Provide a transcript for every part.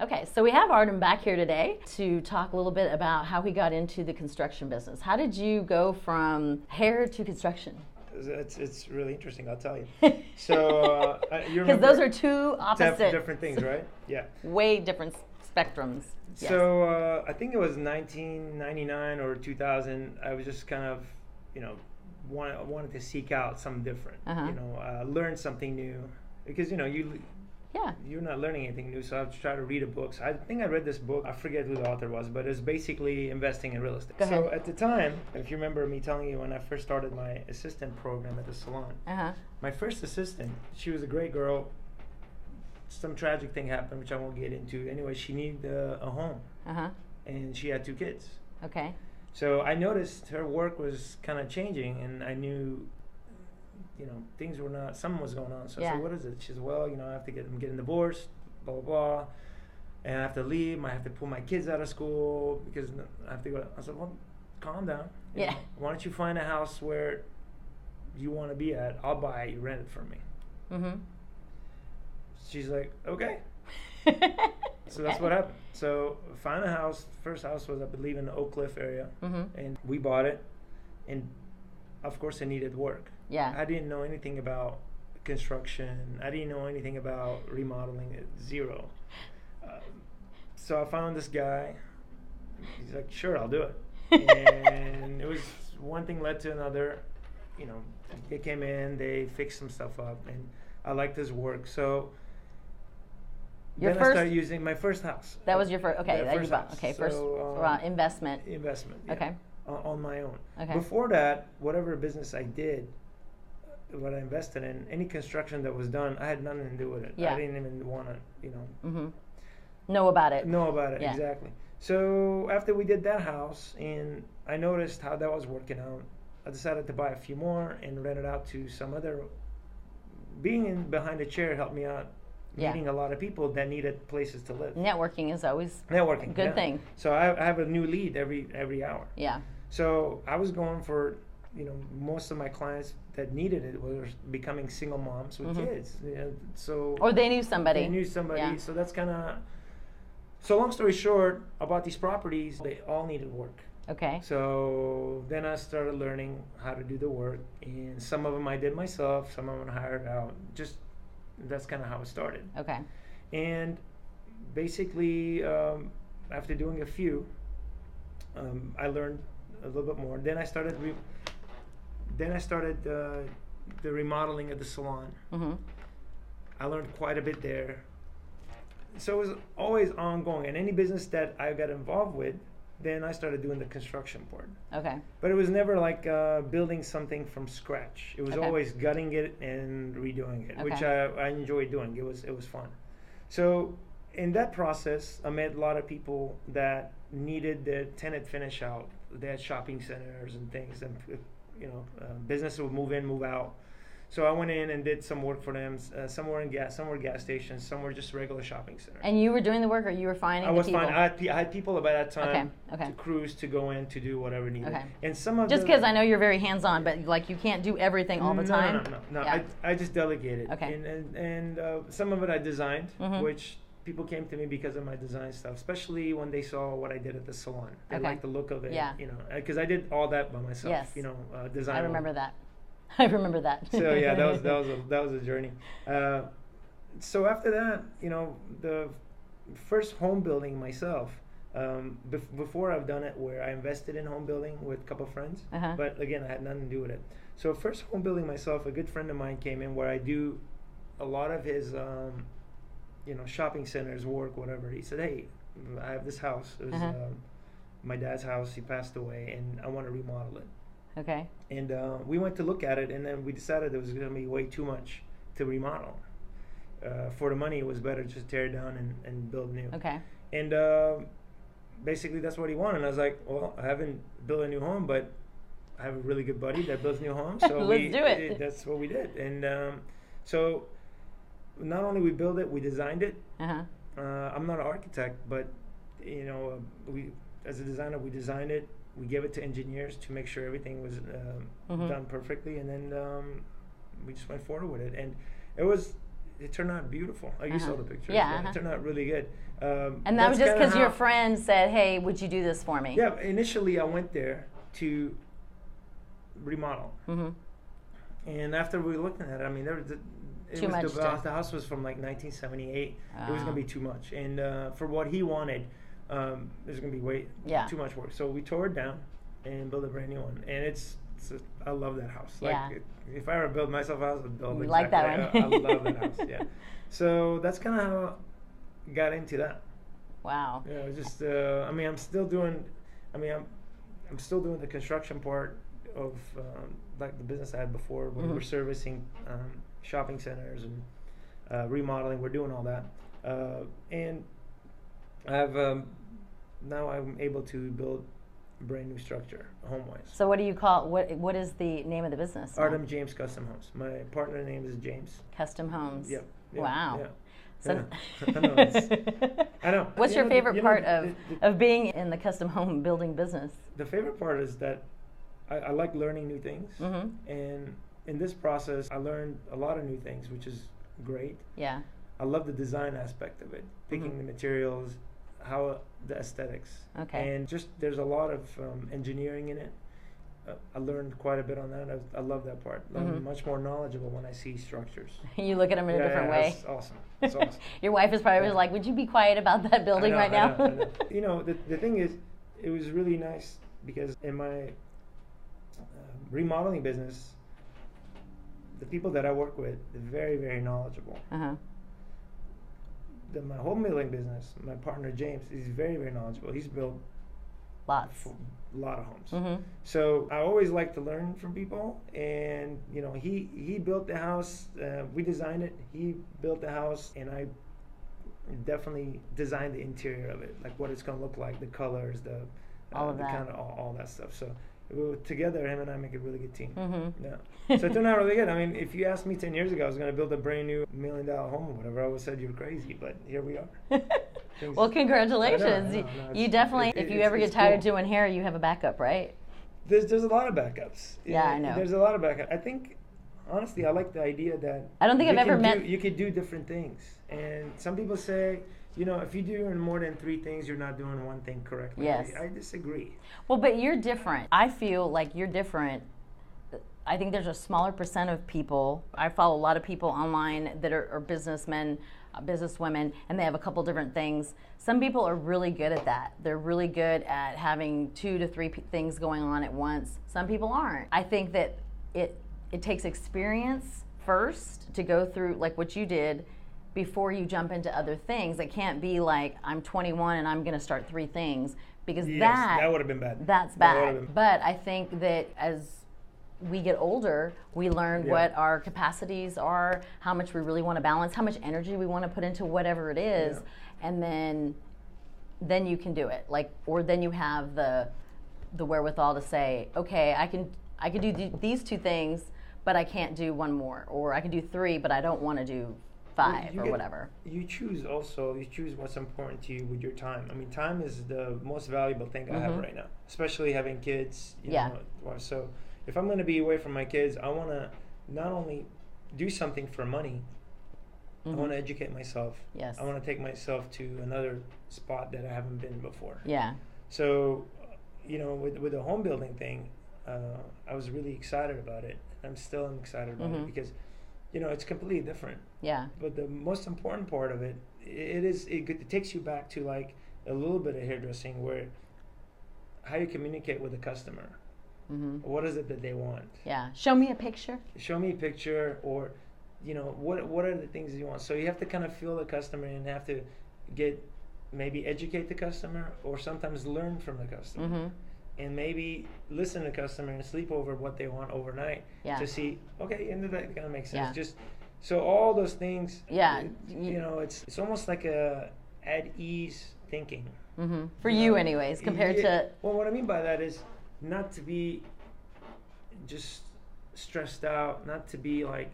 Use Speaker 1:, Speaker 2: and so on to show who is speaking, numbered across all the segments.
Speaker 1: Okay, so we have Artem back here today to talk a little bit about how he got into the construction business. How did you go from hair to construction?
Speaker 2: It's, it's really interesting, I'll tell you. So, uh, you
Speaker 1: Because
Speaker 2: remember
Speaker 1: those are two opposite,
Speaker 2: def- different things, right? Yeah.
Speaker 1: way different spectrums. Yes.
Speaker 2: So uh, I think it was 1999 or 2000. I was just kind of, you know, want, wanted to seek out something different.
Speaker 1: Uh-huh.
Speaker 2: You know, uh, learn something new because you know you
Speaker 1: yeah.
Speaker 2: you're not learning anything new. So I was trying to read a book. So I think I read this book. I forget who the author was, but it's basically investing in real estate.
Speaker 1: Go
Speaker 2: So
Speaker 1: ahead.
Speaker 2: at the time, if you remember me telling you when I first started my assistant program at the salon,
Speaker 1: Uh huh.
Speaker 2: my first assistant, she was a great girl. Some tragic thing happened, which I won't get into. Anyway, she needed uh, a home
Speaker 1: Uh huh.
Speaker 2: and she had two kids.
Speaker 1: Okay.
Speaker 2: So I noticed her work was kind of changing, and I knew, you know, things were not. Something was going on. So I
Speaker 1: Yeah.
Speaker 2: said, "What is it?" She said, "Well, you know, I have to get. I'm getting divorced. Blah blah blah." And I have to leave. I have to pull my kids out of school because n- I have to go. I said, "Well, calm down. you
Speaker 1: Yeah.
Speaker 2: know. why don't you find a house where you want to be at? I'll buy it. You rent it for me."
Speaker 1: Mm
Speaker 2: She's like, "Okay."
Speaker 1: hmm.
Speaker 2: So that's what happened. So find a house. First house was, I believe, in the Oak Cliff area.
Speaker 1: Mm-hmm.
Speaker 2: and we bought it and of course it needed work
Speaker 1: Yeah.
Speaker 2: i didn't know anything about construction i didn't know anything about remodeling at zero uh, so i found this guy he's like sure i'll do it and it was one thing led to another you know they came in they fixed some stuff up and i liked his work so
Speaker 1: Your
Speaker 2: then i
Speaker 1: first-
Speaker 2: started using my first house
Speaker 1: That was your first. Okay.
Speaker 2: Yeah,
Speaker 1: that you bought.
Speaker 2: house.
Speaker 1: Okay. First
Speaker 2: So,
Speaker 1: uh,
Speaker 2: um,
Speaker 1: investment.
Speaker 2: investment yeah
Speaker 1: Okay.
Speaker 2: on, on my own.
Speaker 1: Okay.
Speaker 2: Before that, whatever business I did, uh, what I invested in, any construction that was done, I had nothing to do with it.
Speaker 1: Yeah.
Speaker 2: I didn't even want to, you know,
Speaker 1: Mm-hmm. Know about it.
Speaker 2: know about it
Speaker 1: Yeah.
Speaker 2: exactly. So after we did that house, and I noticed how that was working out, I decided to buy a few more and rent it out to some other. Being in behind a chair helped me out,
Speaker 1: Yeah.
Speaker 2: meeting a lot of people that needed places to live.
Speaker 1: Networking is always
Speaker 2: Networking,
Speaker 1: Good
Speaker 2: yeah.
Speaker 1: thing.
Speaker 2: So I, I have a new lead every every hour.
Speaker 1: yeah.
Speaker 2: So I was going for, you know, most of my clients that needed it were becoming single moms with
Speaker 1: Mhm.
Speaker 2: kids. Yeah, so
Speaker 1: Or they knew somebody.
Speaker 2: they knew somebody.
Speaker 1: Yeah.
Speaker 2: So that's kind of. So long story short, about these properties, they all needed work.
Speaker 1: Okay.
Speaker 2: So then I started learning how to do the work, and some of them I did myself, some of them I hired out. Just that's kind of how it started.
Speaker 1: Okay.
Speaker 2: And basically, um, after doing a few, um, I learned a little bit more. Then I started, re- then I started uh, the remodeling of the salon.
Speaker 1: Mm-hmm.
Speaker 2: I learned quite a bit there. So it was always ongoing. And any business that I got involved with, then I started doing the construction part.
Speaker 1: Okay.
Speaker 2: But it was never like uh, building something from scratch. It was
Speaker 1: Okay.
Speaker 2: always gutting it and redoing it, which I, I enjoyed doing. It was it was fun. So in that process, I met a lot of people that needed their tenant finish out. They had shopping centers and things, and you know, uh, businesses would move in, move out. So I went in and did some work for them. Uh, some were in gas, some were gas stations, some were just regular shopping centers.
Speaker 1: And you were doing the work, or you were finding
Speaker 2: I
Speaker 1: the
Speaker 2: was
Speaker 1: people?
Speaker 2: fine. I had, pe- I had people by that time
Speaker 1: Okay, okay.
Speaker 2: to cruise, to go in, to do whatever needed.
Speaker 1: Okay.
Speaker 2: And some of
Speaker 1: Just
Speaker 2: the-
Speaker 1: because I know you're very hands-on, but like you can't do everything all the
Speaker 2: no,
Speaker 1: time.
Speaker 2: No, no, no. no.
Speaker 1: Yeah.
Speaker 2: I, I just delegated.
Speaker 1: Okay.
Speaker 2: And and, and uh, some of it I designed,
Speaker 1: Mhm.
Speaker 2: which people came to me because of my design stuff, especially when they saw what I did at the salon. They
Speaker 1: Okay.
Speaker 2: liked the look of it.
Speaker 1: Yeah.
Speaker 2: You know, because I did all that by myself.
Speaker 1: Yes.
Speaker 2: You know, uh, design.
Speaker 1: I
Speaker 2: all-
Speaker 1: remember that. I remember that.
Speaker 2: so yeah, that was that was a, that was a journey. Uh, so after that, you know, the first home building myself. Um, bef- before I've done it, where I invested in home building with a couple friends,
Speaker 1: Uh-huh.
Speaker 2: but again, I had nothing to do with it. So first home building myself, a good friend of mine came in where I do a lot of his, um, you know, shopping centers work, whatever. He said, "Hey, I have this house. It was
Speaker 1: Uh-huh.
Speaker 2: um, my dad's house. He passed away, and I want to remodel it."
Speaker 1: okay.
Speaker 2: and uh, we went to look at it and then we decided it was going to be way too much to remodel uh, for the money it was better just tear it down and, and build new
Speaker 1: Okay.
Speaker 2: and uh, basically that's what he wanted and i was like well i haven't built a new home but i have a really good buddy that builds new homes so
Speaker 1: Let's
Speaker 2: we,
Speaker 1: do it.
Speaker 2: that's what we did and um, so not only we built it we designed it
Speaker 1: Uh huh.
Speaker 2: uh, I'm not an architect, but you know, uh, we as a designer, we designed it. We gave it to engineers to make sure everything was um,
Speaker 1: Mhm.
Speaker 2: done perfectly, and then um, we just went forward with it. And it was they turned out beautiful. Oh, you
Speaker 1: Uh-huh.
Speaker 2: saw the pictures.
Speaker 1: Yeah,
Speaker 2: They
Speaker 1: uh-huh.
Speaker 2: turned out really good. Um,
Speaker 1: And that was
Speaker 2: that's
Speaker 1: just
Speaker 2: kinda
Speaker 1: because your
Speaker 2: how-
Speaker 1: friend said, "Hey, would you do this for me?"
Speaker 2: Yeah, initially I went there to remodel,
Speaker 1: Mm-hmm.
Speaker 2: and after we looked at it, I mean, there was the, it
Speaker 1: Too
Speaker 2: was
Speaker 1: much
Speaker 2: the,
Speaker 1: to-
Speaker 2: the house was from like 1978. It was
Speaker 1: Ah.
Speaker 2: gonna be too much, and uh, for what he wanted, um, it was gonna be way
Speaker 1: Yeah.
Speaker 2: too much work. So we tore it down and built a brand new one, and it's. it's a- I love that house. Like,
Speaker 1: Yeah.
Speaker 2: it- if I ever build myself a house, I'd build
Speaker 1: You
Speaker 2: Oh, exactly.
Speaker 1: like that
Speaker 2: I,
Speaker 1: one.
Speaker 2: I love that house. Yeah. So that's kind of how I got into that.
Speaker 1: Wow.
Speaker 2: Yeah, it's just uh, I mean, I'm still doing. I mean, I'm I'm still doing the construction part of um, like the business I had before, when
Speaker 1: Mhm.
Speaker 2: we're servicing um, shopping centers and uh, remodeling. We're doing all that, uh, and I've um, now I'm able to build a brand new structure, home wise.
Speaker 1: So, what do you call what? What is the name of the business? now?
Speaker 2: Artem James Custom Homes. My partner name is James.
Speaker 1: Custom Homes.
Speaker 2: Yeah. yeah,
Speaker 1: Wow.
Speaker 2: yeah.
Speaker 1: So-
Speaker 2: Yeah. I know, it's- I know.
Speaker 1: What's
Speaker 2: You
Speaker 1: your
Speaker 2: know, the-
Speaker 1: favorite
Speaker 2: you know,
Speaker 1: part
Speaker 2: the-
Speaker 1: of,
Speaker 2: the-
Speaker 1: of being in the custom home building business?
Speaker 2: the favorite part is that I, I like learning new things,
Speaker 1: hmm
Speaker 2: and in this process, I learned a lot of new things, which is great.
Speaker 1: Yeah.
Speaker 2: I love the design aspect of it, picking
Speaker 1: Mhm.
Speaker 2: the materials, how the aesthetics,
Speaker 1: Okay.
Speaker 2: and just there's a lot of um, engineering in it. Uh, I learned quite a bit on that. I, I love that part.
Speaker 1: Mhm.
Speaker 2: I'm much more knowledgeable when I see structures.
Speaker 1: you look at them in a different way.
Speaker 2: It's awesome. It's awesome.
Speaker 1: Your wife is probably
Speaker 2: Yeah.
Speaker 1: like, "Would you be quiet about that
Speaker 2: I
Speaker 1: building
Speaker 2: know,
Speaker 1: right
Speaker 2: I know,
Speaker 1: now?"
Speaker 2: I know. you know, the, the thing is, it was really nice because in my uh, remodeling business, the people that I work with, they're very, very knowledgeable.
Speaker 1: uh-huh.
Speaker 2: The, my home building business, my partner James, is very, very knowledgeable. He's built
Speaker 1: Lots.
Speaker 2: a lot of homes.
Speaker 1: Mm-hmm.
Speaker 2: So I always like to learn from people, and you know, he he built the house, uh, we designed it. He built the house, and I definitely designed the interior of it, like what it's gonna look like, the colors, the uh,
Speaker 1: All of
Speaker 2: the
Speaker 1: that.
Speaker 2: kind of all, all that stuff. So we were, together, him and I make a really good team.
Speaker 1: Mm-hmm.
Speaker 2: Yeah. So it turned out really good. I mean, if you asked me ten years ago, I was gonna build a brand new million dollar home or whatever, I would have said you're crazy. But here we are. Things-
Speaker 1: well, congratulations.
Speaker 2: know,
Speaker 1: You-
Speaker 2: no, it's-
Speaker 1: you definitely,
Speaker 2: it-
Speaker 1: if you
Speaker 2: it's-
Speaker 1: ever get
Speaker 2: it's
Speaker 1: tired
Speaker 2: cool.
Speaker 1: doing hair, you have a backup, right?
Speaker 2: There's there's a lot of backups.
Speaker 1: Yeah, I know.
Speaker 2: There's a lot of backup. I think honestly, I like the idea that
Speaker 1: I don't think
Speaker 2: you
Speaker 1: I've ever
Speaker 2: can
Speaker 1: met.
Speaker 2: do, you could do different things. And some people say, you know, if you're doing more than three things, you're not doing one thing correctly.
Speaker 1: Yes.
Speaker 2: I, I disagree.
Speaker 1: Well, but you're different. I feel like you're different. I think there's a smaller percent of people. I follow a lot of people online that are, are businessmen, uh, businesswomen, and they have a couple different things. Some people are really good at that. They're really good at having two to three p- things going on at once. Some people aren't. I think that it it takes experience first to go through like what you did before you jump into other things. It can't be like I'm 21 and I'm going to start three things because
Speaker 2: Yes,
Speaker 1: that
Speaker 2: would have been bad.
Speaker 1: that's
Speaker 2: That would've
Speaker 1: bad. But I think that as we get older, we learn
Speaker 2: Yeah.
Speaker 1: what our capacities are, how much we really want to balance, how much energy we want to put into whatever it is, and then then you can do it. Like or then you have the the wherewithal to say, okay, I can I can do th- these two things, but I can't do one more, or I can do three, but I don't want to do five
Speaker 2: you
Speaker 1: or
Speaker 2: get-
Speaker 1: whatever.
Speaker 2: You choose also, you choose what's important to you with your time. I mean, time is the most valuable thing I have
Speaker 1: Mhm.
Speaker 2: right now, especially having kids. You
Speaker 1: Yeah.
Speaker 2: Know, well, so if I'm going to be away from my kids, I want to not only do something for money, I
Speaker 1: Mhm.
Speaker 2: want to educate myself.
Speaker 1: Yes.
Speaker 2: I want to take myself to another spot that I haven't been before.
Speaker 1: Yeah.
Speaker 2: So, uh, you know, with with the home building thing, uh, I was really excited about it. I'm still am excited about
Speaker 1: Mhm.
Speaker 2: it because, you know, it's completely different.
Speaker 1: Yeah.
Speaker 2: But the most important part of it, i- it is it, g- it takes you back to like a little bit of hairdressing where how you communicate with the customer.
Speaker 1: hmm
Speaker 2: What is it that they want?
Speaker 1: Yeah. Show me a picture.
Speaker 2: Show me a picture, or you know, what what are the things you want? So you have to kind of feel the customer and have to get maybe educate the customer or sometimes learn from the customer
Speaker 1: hmm
Speaker 2: and maybe listen to customer and sleep over what they want overnight
Speaker 1: Yeah.
Speaker 2: to see okay and that kind of makes sense
Speaker 1: Yeah.
Speaker 2: just so all those things
Speaker 1: Yeah,
Speaker 2: it-
Speaker 1: y-
Speaker 2: you know it's it's almost like a at ease thinking
Speaker 1: hmm For
Speaker 2: know?
Speaker 1: you, anyways, compared
Speaker 2: Yeah.
Speaker 1: to
Speaker 2: well what i mean by that is not to be just stressed out not to be like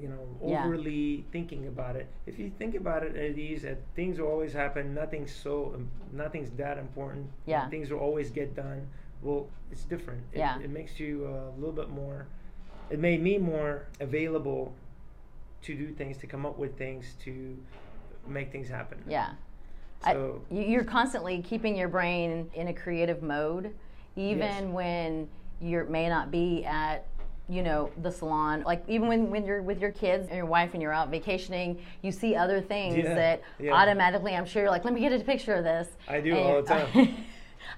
Speaker 2: you know
Speaker 1: Yeah.
Speaker 2: overly thinking about it if you think about it at ease that things will always happen nothing's so im- nothing's that important
Speaker 1: Yeah.
Speaker 2: things will always get done well it's different it,
Speaker 1: Yeah.
Speaker 2: it makes you uh, a little bit more it made me more available to do things, to come up with things, to make things happen.
Speaker 1: Yeah. I-
Speaker 2: So
Speaker 1: You- You're constantly keeping your brain in a creative mode, even
Speaker 2: Yes.
Speaker 1: when you may not be at, you know, the salon. Like even when, when you're with your kids and your wife and you're out vacationing, you see other things
Speaker 2: Yeah,
Speaker 1: that
Speaker 2: yeah.
Speaker 1: automatically, I'm sure you're like, let me get a picture of this.
Speaker 2: I do
Speaker 1: And
Speaker 2: all
Speaker 1: you're-
Speaker 2: the time.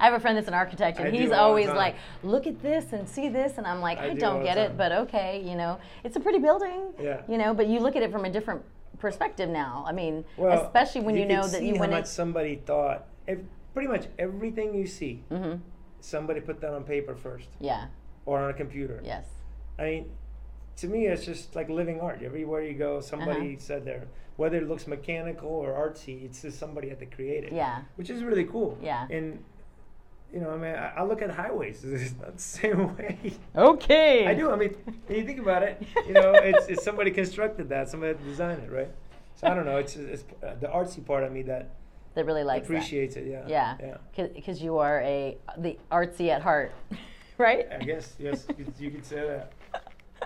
Speaker 1: I have a friend that's an architect, and
Speaker 2: I do
Speaker 1: he's
Speaker 2: all the
Speaker 1: always
Speaker 2: time.
Speaker 1: like, "Look at this and see this," and I'm like, "I,
Speaker 2: I do all
Speaker 1: don't
Speaker 2: the
Speaker 1: get it,
Speaker 2: time.
Speaker 1: but okay, you know, it's a pretty building,
Speaker 2: Yeah.
Speaker 1: you know." But you look at it from a different perspective now. I mean,
Speaker 2: well,
Speaker 1: especially when you,
Speaker 2: could
Speaker 1: know that
Speaker 2: see
Speaker 1: you
Speaker 2: how
Speaker 1: went. in-
Speaker 2: much somebody thought. If, pretty much everything you see, somebody put that on paper first
Speaker 1: Mm-hmm. Yeah.
Speaker 2: or on a computer.
Speaker 1: Yes.
Speaker 2: I mean, to me, it's just like living art. Everywhere you go, somebody
Speaker 1: Uh-huh.
Speaker 2: said there, whether it looks mechanical or artsy, it's just somebody had to create it.
Speaker 1: Yeah.
Speaker 2: Which is really cool.
Speaker 1: Yeah.
Speaker 2: And, you know, I mean, I, I look at highways, it's not the same way.
Speaker 1: Okay.
Speaker 2: I do. I mean, when you think about it, you know, it's, it's somebody constructed that, somebody designed it, right? So I don't know. It's, it's uh, the artsy part of me that
Speaker 1: That really likes that.
Speaker 2: appreciates it. Yeah.
Speaker 1: Yeah.
Speaker 2: Yeah.
Speaker 1: Because you are a the artsy at heart, right?
Speaker 2: I guess yes, you could- you could say that.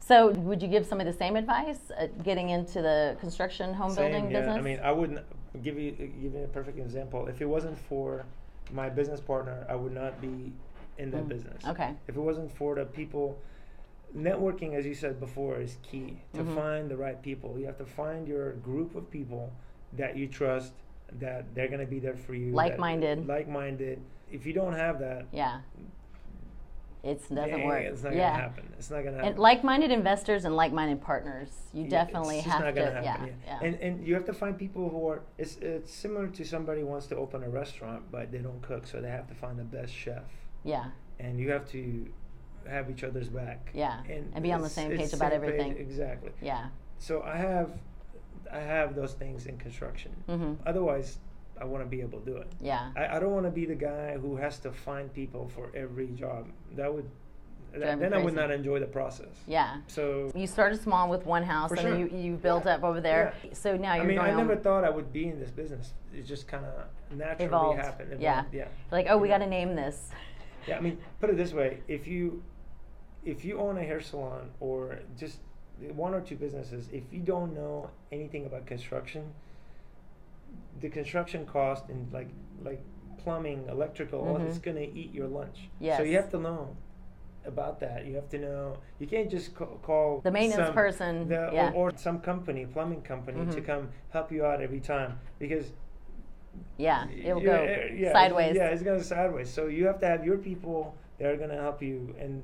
Speaker 1: So, would you give somebody the same advice uh, getting into the construction home building
Speaker 2: yeah.
Speaker 1: business?
Speaker 2: I mean, I wouldn't give you give you a perfect example. If it wasn't for my business partner, I would not be in that business.
Speaker 1: okay.
Speaker 2: If it wasn't for the people, networking, as you said before, is key to
Speaker 1: Mm-hmm.
Speaker 2: find the right people. You have to find your group of people that you trust, that they're going to be there for you, that-
Speaker 1: Like-minded.
Speaker 2: like-minded. If you don't have that,
Speaker 1: Yeah. It doesn't
Speaker 2: eh,
Speaker 1: work.
Speaker 2: It's not
Speaker 1: yeah.
Speaker 2: going to happen. It's not going to happen.
Speaker 1: And like-minded investors and like-minded partners, you
Speaker 2: Yeah,
Speaker 1: definitely
Speaker 2: it's just
Speaker 1: have
Speaker 2: not
Speaker 1: to.
Speaker 2: gonna happen,
Speaker 1: yeah,
Speaker 2: yeah. And and you have to find people who are it's it's similar to somebody wants to open a restaurant but they don't cook, so they have to find the best chef.
Speaker 1: yeah,
Speaker 2: And you have to have each other's back.
Speaker 1: Yeah, and be on the
Speaker 2: it's-
Speaker 1: same
Speaker 2: it's
Speaker 1: page about
Speaker 2: same
Speaker 1: everything.
Speaker 2: exactly.
Speaker 1: yeah,
Speaker 2: So I have I have those things in construction.
Speaker 1: yeah, hmm
Speaker 2: Otherwise I wanna be able to do it.
Speaker 1: yeah,
Speaker 2: I, I don't wanna be the guy who has to find people for every job. That would
Speaker 1: Drive
Speaker 2: that,
Speaker 1: me
Speaker 2: then I would
Speaker 1: crazy.
Speaker 2: not enjoy the process.
Speaker 1: yeah.
Speaker 2: So
Speaker 1: You started small with one house,
Speaker 2: For
Speaker 1: and
Speaker 2: sure.
Speaker 1: you you built up over there. So now you're
Speaker 2: I mean,
Speaker 1: going
Speaker 2: I never
Speaker 1: on-
Speaker 2: thought I would be in this business. It just kind of naturally
Speaker 1: Evolved.
Speaker 2: happened.
Speaker 1: Yeah.
Speaker 2: yeah,
Speaker 1: like, oh, we got to name this.
Speaker 2: yeah. I mean, put it this way: if you if you own a hair salon or just one or two businesses, if you don't know anything about construction, the construction cost and like like plumbing, electrical, all
Speaker 1: Mhm.
Speaker 2: it's gonna eat your lunch. So you
Speaker 1: Yes.
Speaker 2: have to know about that. You have to know. You can't just ca- call
Speaker 1: The maintenance
Speaker 2: some-
Speaker 1: person.
Speaker 2: the,
Speaker 1: Mm-hmm. yeah.
Speaker 2: or, or some company, plumbing company, to
Speaker 1: Mhm.
Speaker 2: come help you out every time because
Speaker 1: yeah. It'll
Speaker 2: yeah,
Speaker 1: go
Speaker 2: eh, yeah,
Speaker 1: sideways.
Speaker 2: Yeah, it's going sideways. So you have to have your people that are going to help you, and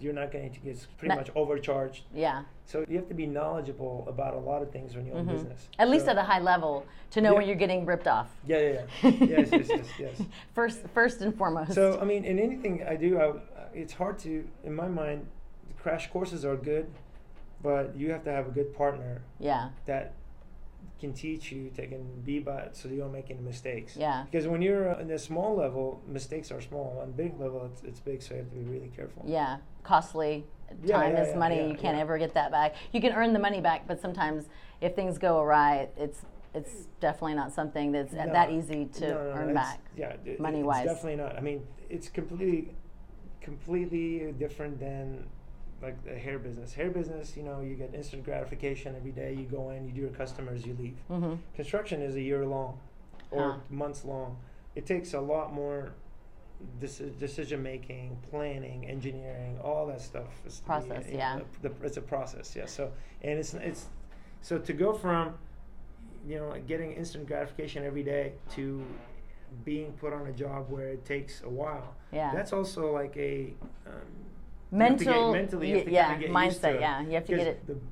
Speaker 2: you're not going to get pretty
Speaker 1: Ma-
Speaker 2: much overcharged.
Speaker 1: Yeah. Mm-hmm.
Speaker 2: So you have to be knowledgeable about a lot of things when you own business.
Speaker 1: At least
Speaker 2: So-
Speaker 1: at a high level to know
Speaker 2: Yeah.
Speaker 1: when you're getting ripped off.
Speaker 2: yeah, yeah, yeah. yes, yes, yes, yes.
Speaker 1: First, first and foremost.
Speaker 2: So um, I mean, in anything I do, I, it's hard to, in my mind, the crash courses are good, but you have to have a good partner
Speaker 1: yeah,
Speaker 2: that can teach you, that can be by, so you don't make any mistakes.
Speaker 1: yeah,
Speaker 2: Because when you're uh, in a small level, mistakes are small. On big level, it's, it's big, so you have to be really careful.
Speaker 1: yeah. Costly.
Speaker 2: Yeah,
Speaker 1: Time
Speaker 2: yeah,
Speaker 1: is
Speaker 2: yeah,
Speaker 1: money.
Speaker 2: yeah,
Speaker 1: you can't
Speaker 2: yeah.
Speaker 1: ever get that back. You can earn the money back, but sometimes if things go awry, it's it's definitely not something that's
Speaker 2: No.
Speaker 1: that easy to
Speaker 2: No, no, no,
Speaker 1: earn
Speaker 2: it's-
Speaker 1: back.
Speaker 2: Yeah, it- it-
Speaker 1: money-wise.
Speaker 2: it's definitely not. I mean, it's completely, completely different than like the hair business. Hair business, you know, you get instant gratification every day. You go in, you do your customers, you leave.
Speaker 1: hmm
Speaker 2: Construction is a year long, or
Speaker 1: Huh.
Speaker 2: months long. It takes a lot more. deci- Decision making, planning, engineering, all that stuff. Is
Speaker 1: Process,
Speaker 2: the,
Speaker 1: yeah.
Speaker 2: The, it's a process, yeah. So, and it's it's so to go from you know getting instant gratification every day to being put on a job where it takes a while.
Speaker 1: Yeah.
Speaker 2: That's also like a um, you have to get-
Speaker 1: Mental.
Speaker 2: mentally, you
Speaker 1: y-
Speaker 2: have to
Speaker 1: yeah.
Speaker 2: kinda get used to
Speaker 1: mindset.
Speaker 2: it.
Speaker 1: Yeah. You have to get
Speaker 2: Because
Speaker 1: it.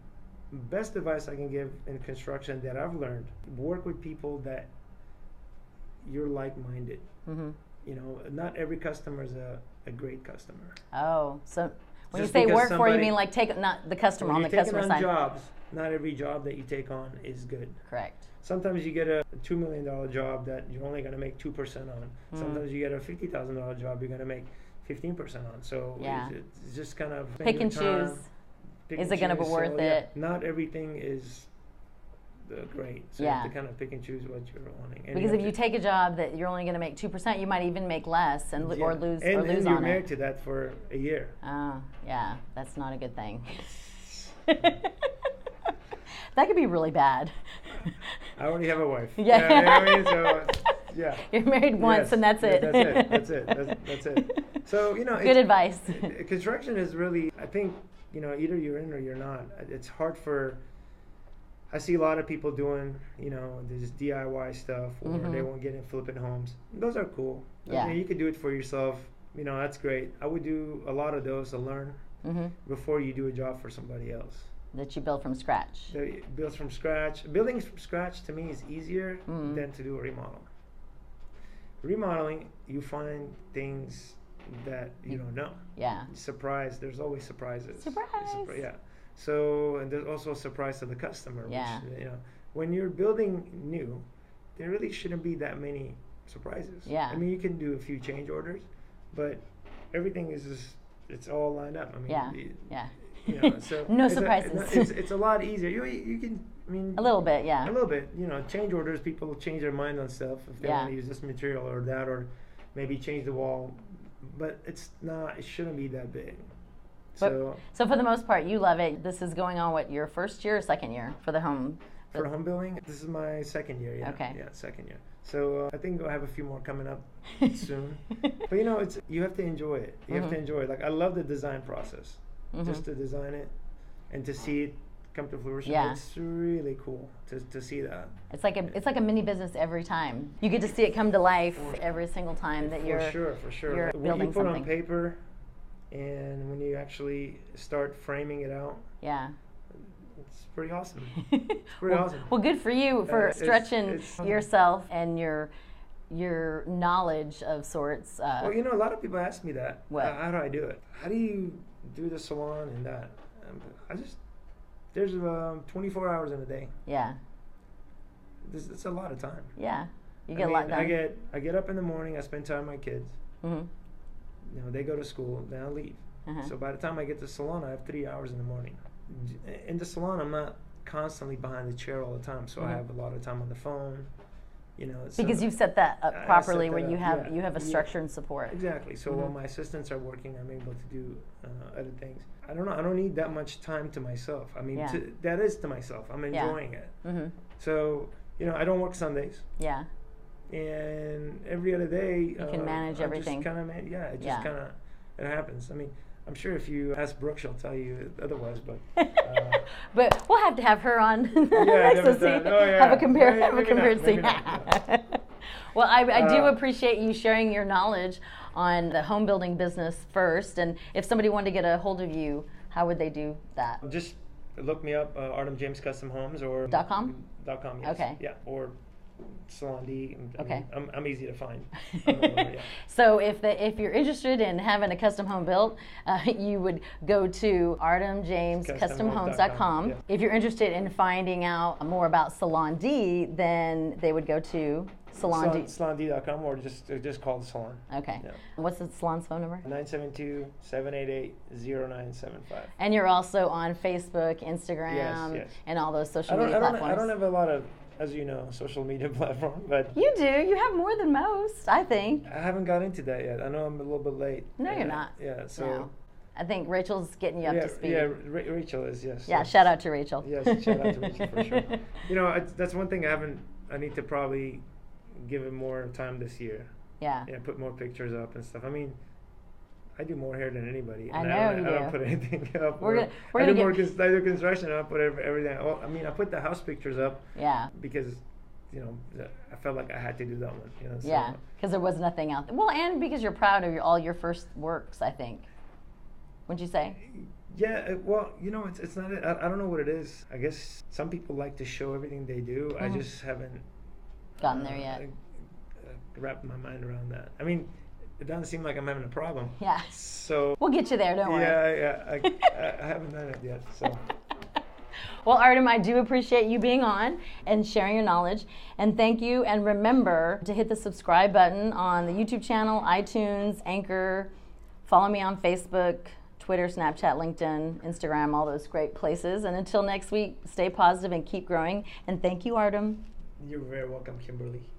Speaker 2: The best advice I can give in construction that I've learned: work with people that you're like-minded.
Speaker 1: hmm
Speaker 2: You know, not every customer is a, a great customer.
Speaker 1: Oh, so when
Speaker 2: Just
Speaker 1: you say
Speaker 2: because
Speaker 1: work for, you
Speaker 2: somebody-
Speaker 1: mean like take not the customer
Speaker 2: When
Speaker 1: on
Speaker 2: you're
Speaker 1: the
Speaker 2: taking
Speaker 1: customer side.
Speaker 2: on jobs, not every job that you take on is good.
Speaker 1: Correct.
Speaker 2: Sometimes you get a two million dollar job that you're only going to make two percent on.
Speaker 1: Mm.
Speaker 2: Sometimes you get a fifty thousand dollar job you're going to make fifteen percent on. So
Speaker 1: Yeah.
Speaker 2: it's, it's just kind of
Speaker 1: Pick and
Speaker 2: spending time,
Speaker 1: choose.
Speaker 2: pick
Speaker 1: Is
Speaker 2: and
Speaker 1: it gonna be
Speaker 2: choose.
Speaker 1: worth
Speaker 2: yeah,
Speaker 1: it?
Speaker 2: not everything is uh, great. So you
Speaker 1: Yeah.
Speaker 2: have to kind of pick and choose what you're wanting. And
Speaker 1: Because
Speaker 2: have
Speaker 1: if you
Speaker 2: to-
Speaker 1: take a job that you're only going to make two percent, you might even make less and lo- or
Speaker 2: yeah.
Speaker 1: lose
Speaker 2: and,
Speaker 1: or lose
Speaker 2: and you're
Speaker 1: on
Speaker 2: married
Speaker 1: it.
Speaker 2: to that for a year.
Speaker 1: Oh, yeah, that's not a good thing. that could be really bad.
Speaker 2: I already have a wife.
Speaker 1: Yeah.
Speaker 2: you know what I mean? So, yeah.
Speaker 1: You're married once,
Speaker 2: Yes.
Speaker 1: and that's
Speaker 2: Yeah,
Speaker 1: it.
Speaker 2: That's it. That's it. That's, that's it. So you know,
Speaker 1: Good
Speaker 2: it,
Speaker 1: advice.
Speaker 2: construction is really. I think you know, either you're in or you're not. It's hard for. I see a lot of people doing, you know, this DIY stuff, or they
Speaker 1: Mhm.
Speaker 2: won't get in flipping homes. Those are cool. I
Speaker 1: Yeah.
Speaker 2: mean, you could do it for yourself. You know, that's great. I would do a lot of those to learn
Speaker 1: hmm
Speaker 2: before you do a job for somebody else.
Speaker 1: That you build from scratch.
Speaker 2: The builds from scratch. Building from scratch to me is easier
Speaker 1: Mhm.
Speaker 2: than to do a remodel. Remodeling, you find things that you don't know.
Speaker 1: Yeah.
Speaker 2: Surprise, there's always surprises.
Speaker 1: Surprise.
Speaker 2: Surpri- yeah. So and there's also a surprise to the customer.
Speaker 1: Yeah.
Speaker 2: Which, you know, when you're building new, there really shouldn't be that many surprises.
Speaker 1: Yeah.
Speaker 2: I mean, you can do a few change orders, but everything is just it's all lined up. I mean,
Speaker 1: Yeah.
Speaker 2: it-
Speaker 1: Yeah.
Speaker 2: you know, so
Speaker 1: no
Speaker 2: it's a-
Speaker 1: surprises.
Speaker 2: it's, it's a lot easier. You, you can, I mean,
Speaker 1: a little bit, yeah.
Speaker 2: a little bit. You know, change orders. People change their mind on stuff if they
Speaker 1: Yeah.
Speaker 2: want to use this material or that, or maybe change the wall. But it's not. It shouldn't be that big.
Speaker 1: But-
Speaker 2: so
Speaker 1: So for the most part, you love it. This is going on what your first year, or second year for the home.
Speaker 2: for home building, this is my second year. Yeah.
Speaker 1: Okay.
Speaker 2: Yeah, second year. So uh, I think I have a few more coming up soon. But you know, it's you have to enjoy it. You
Speaker 1: Mm-hmm.
Speaker 2: have to enjoy it. Like I love the design process, just to design it, and to see it come to fruition.
Speaker 1: Yeah.
Speaker 2: It's really cool to to see that.
Speaker 1: It's like a it's like a mini business every time. You get to see it come to life every single time that you're
Speaker 2: For sure, for sure.
Speaker 1: you're
Speaker 2: when
Speaker 1: building
Speaker 2: you put
Speaker 1: something.
Speaker 2: on paper and when you actually start framing it out,
Speaker 1: yeah.
Speaker 2: it's pretty awesome. pretty
Speaker 1: well,
Speaker 2: awesome.
Speaker 1: well, good for you for
Speaker 2: Uh, it's-
Speaker 1: stretching
Speaker 2: it's-
Speaker 1: yourself and your your knowledge of sorts. Uh,
Speaker 2: Well, you know, a lot of people ask me that.
Speaker 1: What?
Speaker 2: "Uh, How do I do it? How do you do the salon and that? Um, I just, there's um, 24 hours in a day.
Speaker 1: yeah,
Speaker 2: This, it's a lot of time.
Speaker 1: yeah. You
Speaker 2: I
Speaker 1: get a lot
Speaker 2: mean,
Speaker 1: done.
Speaker 2: I get, I get up in the morning, I spend time with my kids.
Speaker 1: Mhm.
Speaker 2: You know, they go to school, then I leave.
Speaker 1: Uh-huh.
Speaker 2: So by the time I get to salon, I have three hours in the morning. In the salon, I'm not constantly behind the chair all the time, so I
Speaker 1: Mhm.
Speaker 2: have a lot of time on the phone. You know, so
Speaker 1: because you've set that
Speaker 2: I- I
Speaker 1: up
Speaker 2: set
Speaker 1: properly,
Speaker 2: that
Speaker 1: where you
Speaker 2: up,
Speaker 1: have
Speaker 2: yeah,
Speaker 1: you have a
Speaker 2: yeah.
Speaker 1: structure and support.
Speaker 2: exactly. So while
Speaker 1: Mhm.
Speaker 2: my assistants are working, I'm able to do uh, other things. I don't know. I don't need that much time to myself. I mean,
Speaker 1: Yeah.
Speaker 2: to, that is to myself. I'm
Speaker 1: Yeah.
Speaker 2: enjoying it.
Speaker 1: hmm
Speaker 2: So you know, I don't work Sundays,
Speaker 1: Yeah,
Speaker 2: and every other day uh,
Speaker 1: You can manage everything.
Speaker 2: Kind of, man- yeah. It just
Speaker 1: Yeah.
Speaker 2: kind of it happens. I mean, I'm sure if you ask Brooke, she'll tell you otherwise, but. Uh,
Speaker 1: but we'll have to have her on next to
Speaker 2: never
Speaker 1: see,
Speaker 2: done. Oh,
Speaker 1: have a
Speaker 2: yeah.
Speaker 1: compare,
Speaker 2: Maybe-
Speaker 1: have a
Speaker 2: maybe not,
Speaker 1: comparison.
Speaker 2: maybe not,
Speaker 1: well, I, I do
Speaker 2: Uh,
Speaker 1: appreciate you sharing your knowledge on the home building business first, and if somebody wanted to get a hold of you, how would they do that?
Speaker 2: Just look me up, uh, Artem James Custom Homes or
Speaker 1: Dot com?
Speaker 2: Dot com. Yes.
Speaker 1: Okay.
Speaker 2: Yeah, or Salon D. I
Speaker 1: Okay.
Speaker 2: mean, I'm, I'm easy to find. I'm all over, yeah.
Speaker 1: So if the, if you're interested in having a custom home built, uh, you would go to artemjamescustomhomes.com.
Speaker 2: Yeah.
Speaker 1: If you're interested in finding out more about Salon D, then they wod go to Salon
Speaker 2: Salon,
Speaker 1: D.
Speaker 2: salond.com or just or just call the salon.
Speaker 1: Okay.
Speaker 2: Yeah.
Speaker 1: What's the salon's phone number?
Speaker 2: 972-788-0975.
Speaker 1: And you're also on Facebook, Instagram,
Speaker 2: yes.
Speaker 1: and all those
Speaker 2: I
Speaker 1: social
Speaker 2: don't,
Speaker 1: media
Speaker 2: I, don't,
Speaker 1: platforms.
Speaker 2: I don't have a lot of, as you know, social media platform, but
Speaker 1: you do. You have more than most, I think.
Speaker 2: I haven't got into that yet. I know I'm a little bit late.
Speaker 1: No, you're
Speaker 2: Yeah,
Speaker 1: not.
Speaker 2: Yeah, so.
Speaker 1: No. I think Rachel's getting you up
Speaker 2: Yeah,
Speaker 1: to speed.
Speaker 2: yeah,
Speaker 1: Yeah,
Speaker 2: Ra- Rachel is, yes. yes.
Speaker 1: shout out to Rachel.
Speaker 2: Yes, shout out to Rachel for sure. You know, I, that's one thing I haven't. I need to probably give it more time this year.
Speaker 1: yeah.
Speaker 2: Yeah, put more pictures up and stuff. I mean, I do more hair than anybody.
Speaker 1: I
Speaker 2: and
Speaker 1: know
Speaker 2: I don't,
Speaker 1: you
Speaker 2: I
Speaker 1: do.
Speaker 2: don't put anything up.
Speaker 1: We're
Speaker 2: or-
Speaker 1: gonna- we're
Speaker 2: I
Speaker 1: gonna
Speaker 2: do
Speaker 1: get-
Speaker 2: more. cons- I do construction. I put every- everything. Well, I mean, I put the house pictures up
Speaker 1: Yeah.
Speaker 2: because, you know, th- I felt like I had to do that one. You know, so,
Speaker 1: Yeah, because there was nothing out there. Well, and because you're proud of your, all your first works, I think. Wouldn't you say?
Speaker 2: Yeah, it- well, you know, it's, it's not, I, I don't know what it is. I guess some people like to show everything they do. I
Speaker 1: Mhm.
Speaker 2: just haven't
Speaker 1: Gotten there
Speaker 2: Uh,
Speaker 1: yet?
Speaker 2: I, uh, wrap my mind around that. I mean, it doesn't seem like I'm having a problem.
Speaker 1: Yeah.
Speaker 2: So
Speaker 1: We'll get you there, don't worry.
Speaker 2: yeah, yeah, I, I, I haven't done it yet. So
Speaker 1: Well, Artem, I do appreciate you being on and sharing your knowledge. And thank you. And remember to hit the subscribe button on the YouTube channel, iTunes, Anchor. Follow me on Facebook, Twitter, Snapchat, LinkedIn, Instagram, all those great places. And until next week, stay positive and keep growing. And thank you, Artem.
Speaker 2: you're very welcome, Kimberly.